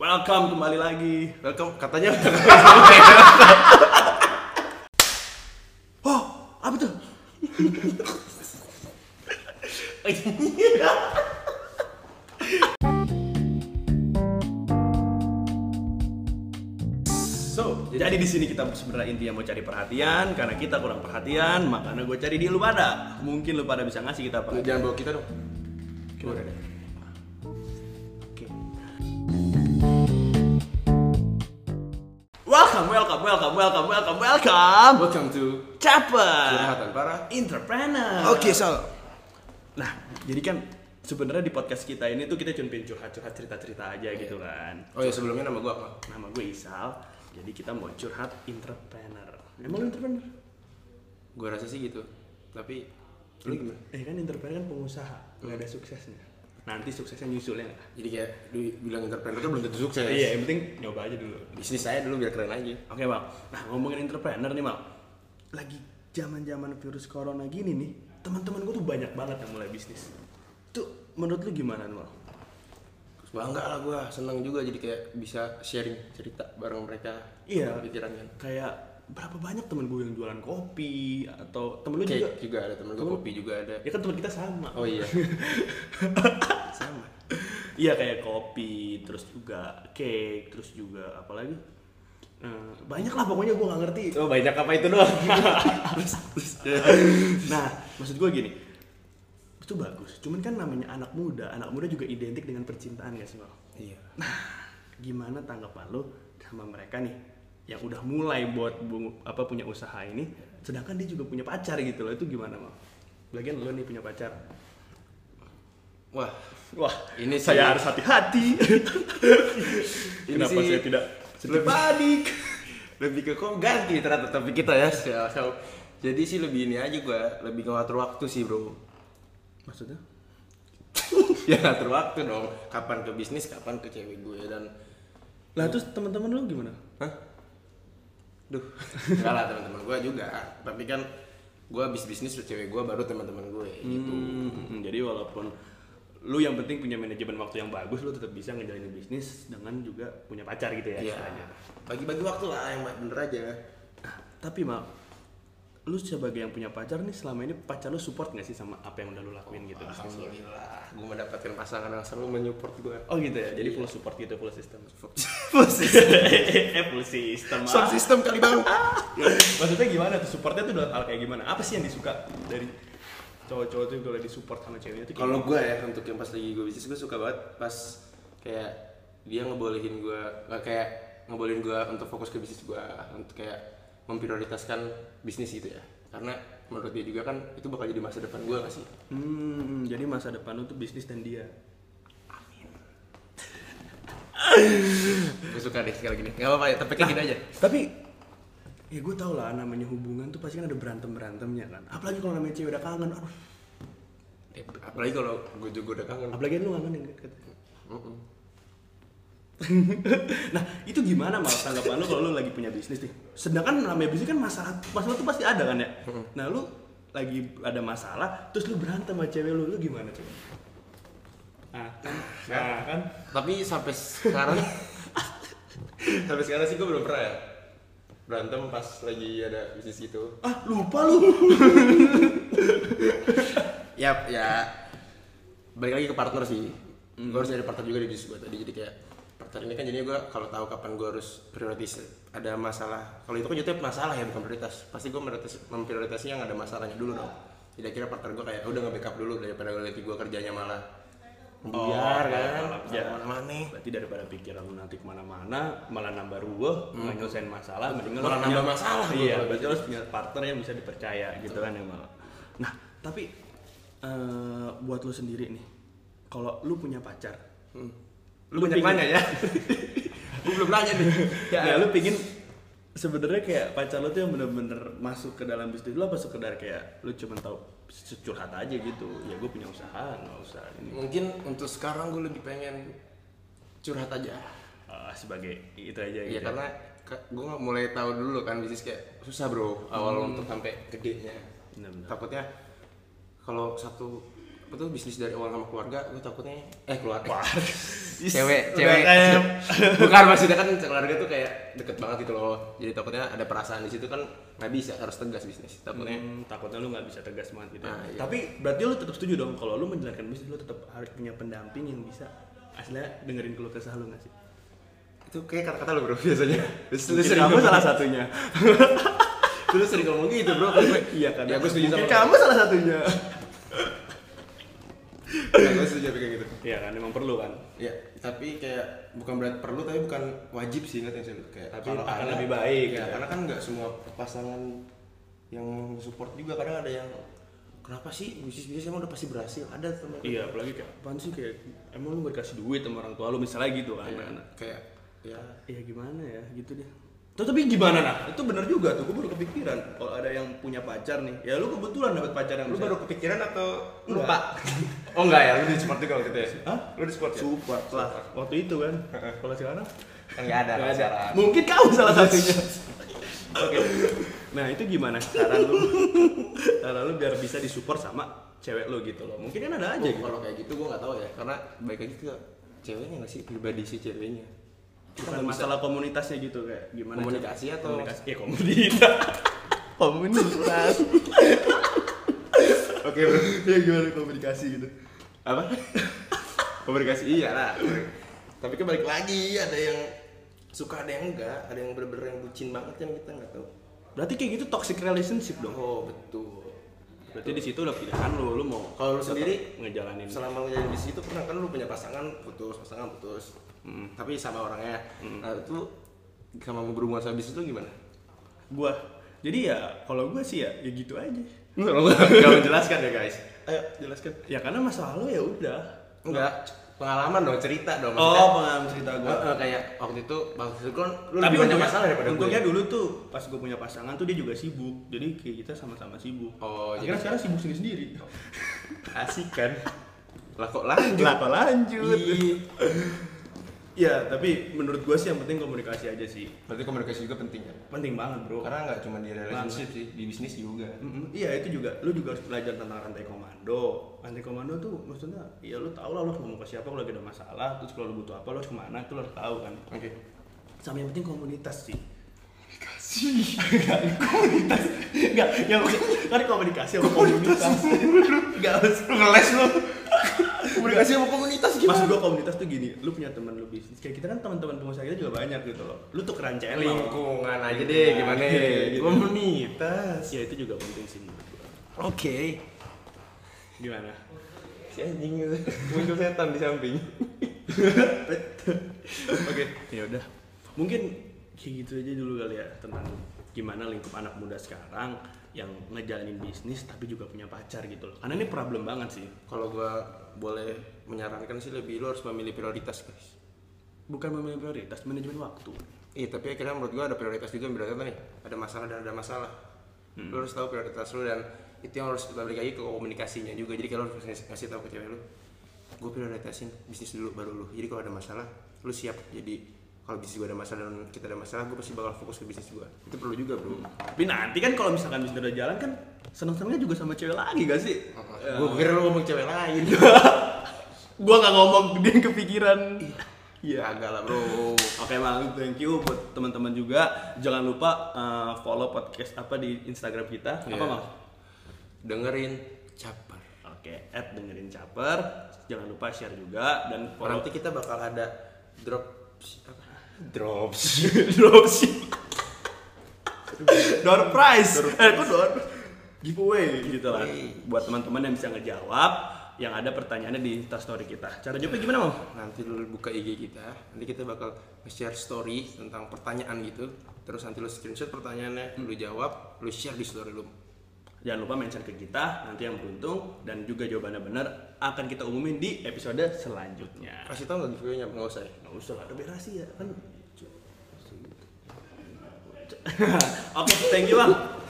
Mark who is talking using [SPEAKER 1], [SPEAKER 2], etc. [SPEAKER 1] Welcome kembali lagi. Welcome katanya. oh, apa tuh? so, jadi di sini kita sebenarnya intinya mau cari perhatian karena kita kurang perhatian, makanya gue cari di lu pada. Mungkin lu pada bisa ngasih kita perhatian.
[SPEAKER 2] Jangan bawa kita dong. Gimana?
[SPEAKER 1] Welcome, welcome, welcome, welcome, welcome, welcome.
[SPEAKER 2] Welcome to
[SPEAKER 1] Caper.
[SPEAKER 2] Curhatan Parah.
[SPEAKER 1] Entrepreneur.
[SPEAKER 2] so
[SPEAKER 1] Nah, jadi kan sebenarnya di podcast kita ini tuh kita cuma pengen curhat-curhat cerita-cerita aja gitu kan.
[SPEAKER 2] Oh ya sebelumnya nama gua apa?
[SPEAKER 1] Nama gue Isal, jadi kita mau curhat entrepreneur. Emang entrepreneur?
[SPEAKER 2] Gua rasa sih gitu. Tapi lu gimana?
[SPEAKER 1] Eh kan entrepreneur kan pengusaha, nggak ada suksesnya. Nanti suksesnya nyusul ya nggak?
[SPEAKER 2] Jadi kayak lu bilang entrepreneur tuh belum tentu sukses.
[SPEAKER 1] Iya, yang penting nyoba aja dulu.
[SPEAKER 2] Bisnis saya dulu biar keren aja.
[SPEAKER 1] Oke bang, nah ngomongin entrepreneur nih bang, lagi zaman zaman virus corona gini nih, teman-teman gue tuh banyak banget yang mulai bisnis. Tuh menurut lu gimana bang?
[SPEAKER 2] Bangga lah gua, senang juga jadi kayak bisa sharing cerita bareng mereka.
[SPEAKER 1] Iya.
[SPEAKER 2] Bareng Pikiran kan.
[SPEAKER 1] Kayak berapa banyak temen gue yang jualan kopi atau temen lu juga?
[SPEAKER 2] Cake juga Iya. ada temen gua, kopi juga ada.
[SPEAKER 1] Ya kan teman kita sama.
[SPEAKER 2] Oh iya. Sama.
[SPEAKER 1] Iya kayak kopi, terus juga cake, terus juga apa lagi? Eh, banyak lah pokoknya gue nggak ngerti.
[SPEAKER 2] Oh banyak apa itu doang?
[SPEAKER 1] nah, maksud gue gini, itu bagus. Cuman kan namanya anak muda, anak muda juga identik dengan percintaan gak sih Bang?
[SPEAKER 2] iya.
[SPEAKER 1] Gimana tanggapan lo sama mereka nih yang udah mulai buat bu- apa punya usaha ini, sedangkan dia juga punya pacar gitu loh. Itu gimana Bang? Lagian lo nih punya pacar.
[SPEAKER 2] Wah,
[SPEAKER 1] Wah,
[SPEAKER 2] Ini sih-
[SPEAKER 1] saya harus hati-hati.
[SPEAKER 2] Ini
[SPEAKER 1] Kenapa
[SPEAKER 2] sih
[SPEAKER 1] saya tidak
[SPEAKER 2] lebih-
[SPEAKER 1] panik?
[SPEAKER 2] lebih ke kok ganti ternyata tapi kita ya. sial, sial. Jadi sih lebih ini aja gua, lebih ngatur waktu sih, Bro.
[SPEAKER 1] Maksudnya?
[SPEAKER 2] ya ngatur waktu dong kapan ke bisnis kapan ke cewek gue dan
[SPEAKER 1] Lah terus teman-teman lu gimana?
[SPEAKER 2] hah duh enggak lah teman-teman gue juga tapi kan gue habis bisnis ke cewek gue baru teman-teman gue gitu
[SPEAKER 1] Hmm, jadi walaupun lu yang penting punya manajemen waktu yang bagus, lu tetap bisa ngejalanin bisnis dengan juga punya pacar gitu ya
[SPEAKER 2] Iya.
[SPEAKER 1] istilahnya.
[SPEAKER 2] bagi-bagi waktu lah yang bener aja
[SPEAKER 1] Nah, tapi mal, lu sebagai yang punya pacar nih selama ini pacar lu support gak sih sama apa yang udah lu lakuin gitu? bisnis lu?
[SPEAKER 2] alhamdulillah gue mendapatkan pasangan yang selalu menyupport gue
[SPEAKER 1] Oh gitu ya, jadi full support gitu, full system.
[SPEAKER 2] sistem
[SPEAKER 1] eh full system.
[SPEAKER 2] sound
[SPEAKER 1] ah.
[SPEAKER 2] system kali bang
[SPEAKER 1] Maksudnya gimana tuh supportnya tuh dalam hal kayak gimana? Apa sih yang disuka dari cowok-cowok tuh kalau disupport sama ceweknya tuh? kayak
[SPEAKER 2] kalau gue ya untuk yang pas lagi gue bisnis gue suka banget pas kayak dia ngebolehin gue kayak ngebolehin gue untuk fokus ke bisnis gue untuk kayak memprioritaskan bisnis gitu ya karena menurut dia juga kan itu bakal jadi masa depan gue gak sih
[SPEAKER 1] Hmm, jadi masa depan lu tuh bisnis dan dia.
[SPEAKER 2] gue suka deh sekali gini nggak apa-apa ya tapi kayak gini aja
[SPEAKER 1] Tapi ya gue tau lah namanya hubungan tuh pasti kan ada berantem berantemnya kan. Apalagi kalau namanya cewek udah kangen. Aduh,
[SPEAKER 2] Eh, apalagi kalau gue juga udah kangen
[SPEAKER 1] apalagi lu kangen yang
[SPEAKER 2] Mm-mm.
[SPEAKER 1] nah itu gimana mal tanggapan lu kalau lu lagi punya bisnis nih sedangkan namanya bisnis kan masalah masalah tuh pasti ada kan ya nah lu lagi ada masalah terus lu berantem sama cewek lu lu gimana tuh nah kan nah, kan
[SPEAKER 2] tapi sampai sekarang sampai sekarang sih gue belum pernah ya berantem pas lagi ada bisnis gitu
[SPEAKER 1] ah lupa lu
[SPEAKER 2] Yap, ya balik lagi ke partner sih gue harus nyari partner juga di bisnis gue tadi jadi kayak partner ini kan jadinya gue kalau tahu kapan gue harus prioritas ada masalah kalau itu kan jatuhnya masalah ya bukan prioritas pasti gue prioritas memprioritasnya yang ada masalahnya dulu dong jadi akhirnya partner gue kayak udah nge-backup dulu daripada nanti gue kerjanya malah biar kan
[SPEAKER 1] Oh, malah biar.
[SPEAKER 2] mana
[SPEAKER 1] berarti daripada pikiran lu nanti kemana-mana malah nambah ruwet malah nyelesain masalah mendingan
[SPEAKER 2] Hmm. Malah
[SPEAKER 1] lu punya-
[SPEAKER 2] nambah masalah gua
[SPEAKER 1] iya
[SPEAKER 2] kalau gitu.
[SPEAKER 1] berarti lu harus punya partner yang bisa dipercaya gitu kan ya malah nah tapi eh, buat lu sendiri nih kalau lu punya pacar
[SPEAKER 2] Hmm. lu banyak
[SPEAKER 1] pingin-
[SPEAKER 2] nanya ya gue belum nanya nih
[SPEAKER 1] ya lu pingin sebenarnya kayak pacar lu tuh yang bener-bener masuk ke dalam bisnis lu apa sekedar kayak lu cuma tahu curhat aja gitu ya gue punya usaha nggak usah ini
[SPEAKER 2] mungkin untuk sekarang gue lebih pengen curhat aja
[SPEAKER 1] Eh, sebagai itu aja gitu
[SPEAKER 2] Iya karena gue nggak mulai tahu dulu kan bisnis kayak susah
[SPEAKER 1] Hmm.
[SPEAKER 2] bro awal untuk sampai gedenya.
[SPEAKER 1] Benar-benar.
[SPEAKER 2] Takutnya kalau satu apa tuh bisnis dari awal sama keluarga gue takutnya eh keluarga
[SPEAKER 3] Cewek,
[SPEAKER 1] Udah
[SPEAKER 3] cewek.
[SPEAKER 1] kayak
[SPEAKER 2] bukan maksudnya kan keluarga tuh kayak deket banget gitu loh jadi takutnya ada perasaan di situ kan nggak bisa harus tegas bisnis takutnya
[SPEAKER 1] Hmm, takutnya lu nggak bisa tegas banget gitu.
[SPEAKER 2] Nah, iya.
[SPEAKER 1] Tapi berarti lu tetap setuju dong kalau lu menjalankan bisnis lu tetap harus punya pendamping yang bisa aslinya dengerin keluh kesah lu nggak sih?
[SPEAKER 2] itu kayak kata-kata lo bro biasanya terus lu
[SPEAKER 1] Mungkin
[SPEAKER 2] sering
[SPEAKER 1] kamu
[SPEAKER 2] ngomong-
[SPEAKER 1] salah satunya.
[SPEAKER 2] terus sering ngomong gitu bro Kan gue-
[SPEAKER 1] iya kan.
[SPEAKER 2] ya gue setuju sama
[SPEAKER 1] Mungkin kamu salah satunya.
[SPEAKER 2] ya, gue setuju sama kayak gitu
[SPEAKER 1] Iya kan, emang perlu kan.
[SPEAKER 2] ya tapi kayak bukan berat perlu tapi bukan wajib sih ngerti nggak sih lu? kayak
[SPEAKER 1] Tapi
[SPEAKER 2] kalau
[SPEAKER 1] akan
[SPEAKER 2] ada-
[SPEAKER 1] lebih baik,
[SPEAKER 2] ya,
[SPEAKER 1] ya.
[SPEAKER 2] karena kan nggak semua pasangan yang support juga kadang ada yang kenapa sih bisnis bisnis emang udah pasti berhasil ada teman
[SPEAKER 1] Iya, apalagi kayak apaan sih kayak emang lu gak dikasih duit sama orang tua lu misalnya gitu kan.
[SPEAKER 2] Ya,
[SPEAKER 1] anak-anak.
[SPEAKER 2] kayak ya
[SPEAKER 1] Iya gimana ya, gitu deh. Tuh, tapi gimana nah? Itu bener juga tuh, gue baru kepikiran kalau ada yang punya pacar nih. Ya lu kebetulan dapet pacar yang
[SPEAKER 2] lu
[SPEAKER 1] bisa-
[SPEAKER 2] baru kepikiran atau
[SPEAKER 1] Enggak.
[SPEAKER 2] lupa oh enggak ya lu di support juga waktu itu ya
[SPEAKER 1] Hah?
[SPEAKER 2] lu di support ya
[SPEAKER 1] support lah waktu itu kan. Kalau sekarang
[SPEAKER 2] enggak ada
[SPEAKER 1] Nggak
[SPEAKER 2] enggak
[SPEAKER 1] ada.
[SPEAKER 2] ada
[SPEAKER 1] Mungkin kamu salah satunya. Oke. Nah, itu gimana cara lu? cara lu biar bisa disupport sama cewek lu gitu loh. Mungkin kan ada aja
[SPEAKER 2] Oh,
[SPEAKER 1] gitu.
[SPEAKER 2] kalau kayak gitu gue nggak tahu ya karena baik lagi ke ceweknya nggak sih pribadi si ceweknya
[SPEAKER 1] Bukan
[SPEAKER 2] Kita nggak bisa-
[SPEAKER 1] masalah komunitasnya gitu kayak gimana
[SPEAKER 2] Komunikasi
[SPEAKER 1] cara-
[SPEAKER 2] atau-
[SPEAKER 1] komunikasi ya komunitas. komunitas.
[SPEAKER 2] oke bro
[SPEAKER 1] ya gimana komunikasi gitu.
[SPEAKER 2] apa komunikasi iya lah tapi kan balik lagi ada yang suka ada yang enggak ada yang bener-bener yang bucin banget kan kita nggak tahu
[SPEAKER 1] Berarti kayak gitu toxic relationship dong.
[SPEAKER 2] oh betul
[SPEAKER 1] Berarti di situ udah pilihan lu, lu mau
[SPEAKER 2] Kalau lu
[SPEAKER 1] tetap
[SPEAKER 2] sendiri,
[SPEAKER 1] ngejalanin.
[SPEAKER 2] selama ngejalanin di situ pernah kan lu punya pasangan putus pasangan putus tapi sama orangnya nah itu sama mau berhubungan sama bisnis itu gimana
[SPEAKER 1] Gua. Jadi ya kalau gua sih ya ya gitu aja.
[SPEAKER 2] nggak menjelaskan ya guys
[SPEAKER 1] Ayo jelaskan. Ya karena masalah lu ya udah.
[SPEAKER 2] enggak pengalaman dong cerita dong
[SPEAKER 1] Oh, pengalaman cerita gue.
[SPEAKER 2] Eh, eh, kayak waktu itu waktu itu kan lu
[SPEAKER 1] Tapi
[SPEAKER 2] lebih banyak
[SPEAKER 1] untungnya-
[SPEAKER 2] masalah daripada
[SPEAKER 1] untungnya
[SPEAKER 2] gue.
[SPEAKER 1] dulu tuh pas gue punya pasangan tuh dia juga sibuk. Jadi kayak kita sama-sama sibuk.
[SPEAKER 2] Oh,
[SPEAKER 1] Akhirnya
[SPEAKER 2] jadi-
[SPEAKER 1] sekarang sibuk sendiri-sendiri.
[SPEAKER 2] Asik kan. Lah kok lanjut? Iya.
[SPEAKER 1] Kenapa lanjut?
[SPEAKER 2] Ih,
[SPEAKER 1] ya, Iya, tapi menurut gue sih yang penting komunikasi aja sih.
[SPEAKER 2] Berarti komunikasi juga penting ya.
[SPEAKER 1] Penting banget, Bro.
[SPEAKER 2] Karena nggak cuma di relationship sih, di bisnis juga.
[SPEAKER 1] Mm-mm, iya itu juga lu juga harus belajar tentang rantai komando rantai komando tuh maksudnya ya lu tau lah lu harus ngomong ke siapa kalau lagi ada masalah terus kalau lu butuh apa lu harus kemana itu lu harus tahu kan
[SPEAKER 2] Oke.
[SPEAKER 1] sama yang penting komunitas sih komunikasi komunitas nggak yang kan komunikasi sama komunitas nggak harus
[SPEAKER 2] Ngeles lu. komunikasi sama komunitas
[SPEAKER 1] maksud gua komunitas tuh gini lu punya teman lu bisnis kayak kita kan teman-teman pengusaha kita juga banyak gitu loh lu tuh keranceling
[SPEAKER 2] Lingkungan aja deh, gimana? ya?
[SPEAKER 1] Iya, gitu.
[SPEAKER 2] Komunitas.
[SPEAKER 1] ya itu juga penting sih menurut gua.
[SPEAKER 2] Oke.
[SPEAKER 1] gimana
[SPEAKER 2] Si anjing itu muncul setan di samping.
[SPEAKER 1] Oke, ya udah. Mungkin kayak gitu aja dulu kali ya tentang gimana lingkup anak muda sekarang yang ngejalanin bisnis tapi juga punya pacar gitu loh. Karena ini problem banget sih.
[SPEAKER 2] Kalau gua boleh menyarankan sih lebih lu harus memilih prioritas guys.
[SPEAKER 1] Bukan memilih prioritas, manajemen waktu.
[SPEAKER 2] Iya, tapi akhirnya menurut gua ada prioritas juga berarti apa nih? Ada masalah dan ada masalah. Lu harus tahu prioritas lu dan itu yang harus balik lagi ke komunikasinya juga. Jadi kalau lu harus ngasih- ngasih tahu ke cewek lu, gue prioritasin bisnis dulu baru lu. Jadi kalau ada masalah, lu siap. Jadi kalau bisnis gua ada masalah dan kita ada masalah, gue pasti bakal fokus ke bisnis gua. Itu perlu juga, Bro.
[SPEAKER 1] Tapi nanti kan kalau misalkan bisnis udah jalan kan seneng-senengnya juga sama cewek lagi gak sih? Ya.
[SPEAKER 2] Gue kira lu ngomong cewek lain.
[SPEAKER 1] Gua nggak ngomong dia yang kepikiran.
[SPEAKER 2] Iya, agak lah, Bro.
[SPEAKER 1] Oke malam, thank you buat teman-teman juga. Jangan lupa eh, follow podcast apa di Instagram kita. Apa
[SPEAKER 2] Iya.
[SPEAKER 1] Mang?
[SPEAKER 2] Dengerin caper.
[SPEAKER 1] Oke, add dengerin caper. Jangan lupa share juga dan follow
[SPEAKER 2] Nanti kita bakal ada drop apa? Drop.
[SPEAKER 1] dropship. door prize. Eh, kok door giveaway gitu lah. Buat teman-teman yang bisa ngejawab yang ada pertanyaannya di Instastory kita. Cara jawabnya gimana, Mam?
[SPEAKER 2] nanti lu buka IG kita nanti kita bakal nge-share story tentang pertanyaan gitu terus nanti lu screenshot pertanyaannya lu jawab lu share di story lu
[SPEAKER 1] Jangan lupa mention ke kita, nanti yang beruntung dan juga jawabannya benar akan kita umumin di episode selanjutnya.
[SPEAKER 2] kasih tau nggak giveaway-nya nggak usah ya
[SPEAKER 1] Nggak usah lah, ada rahasia kan. Oke, thank you, Bang.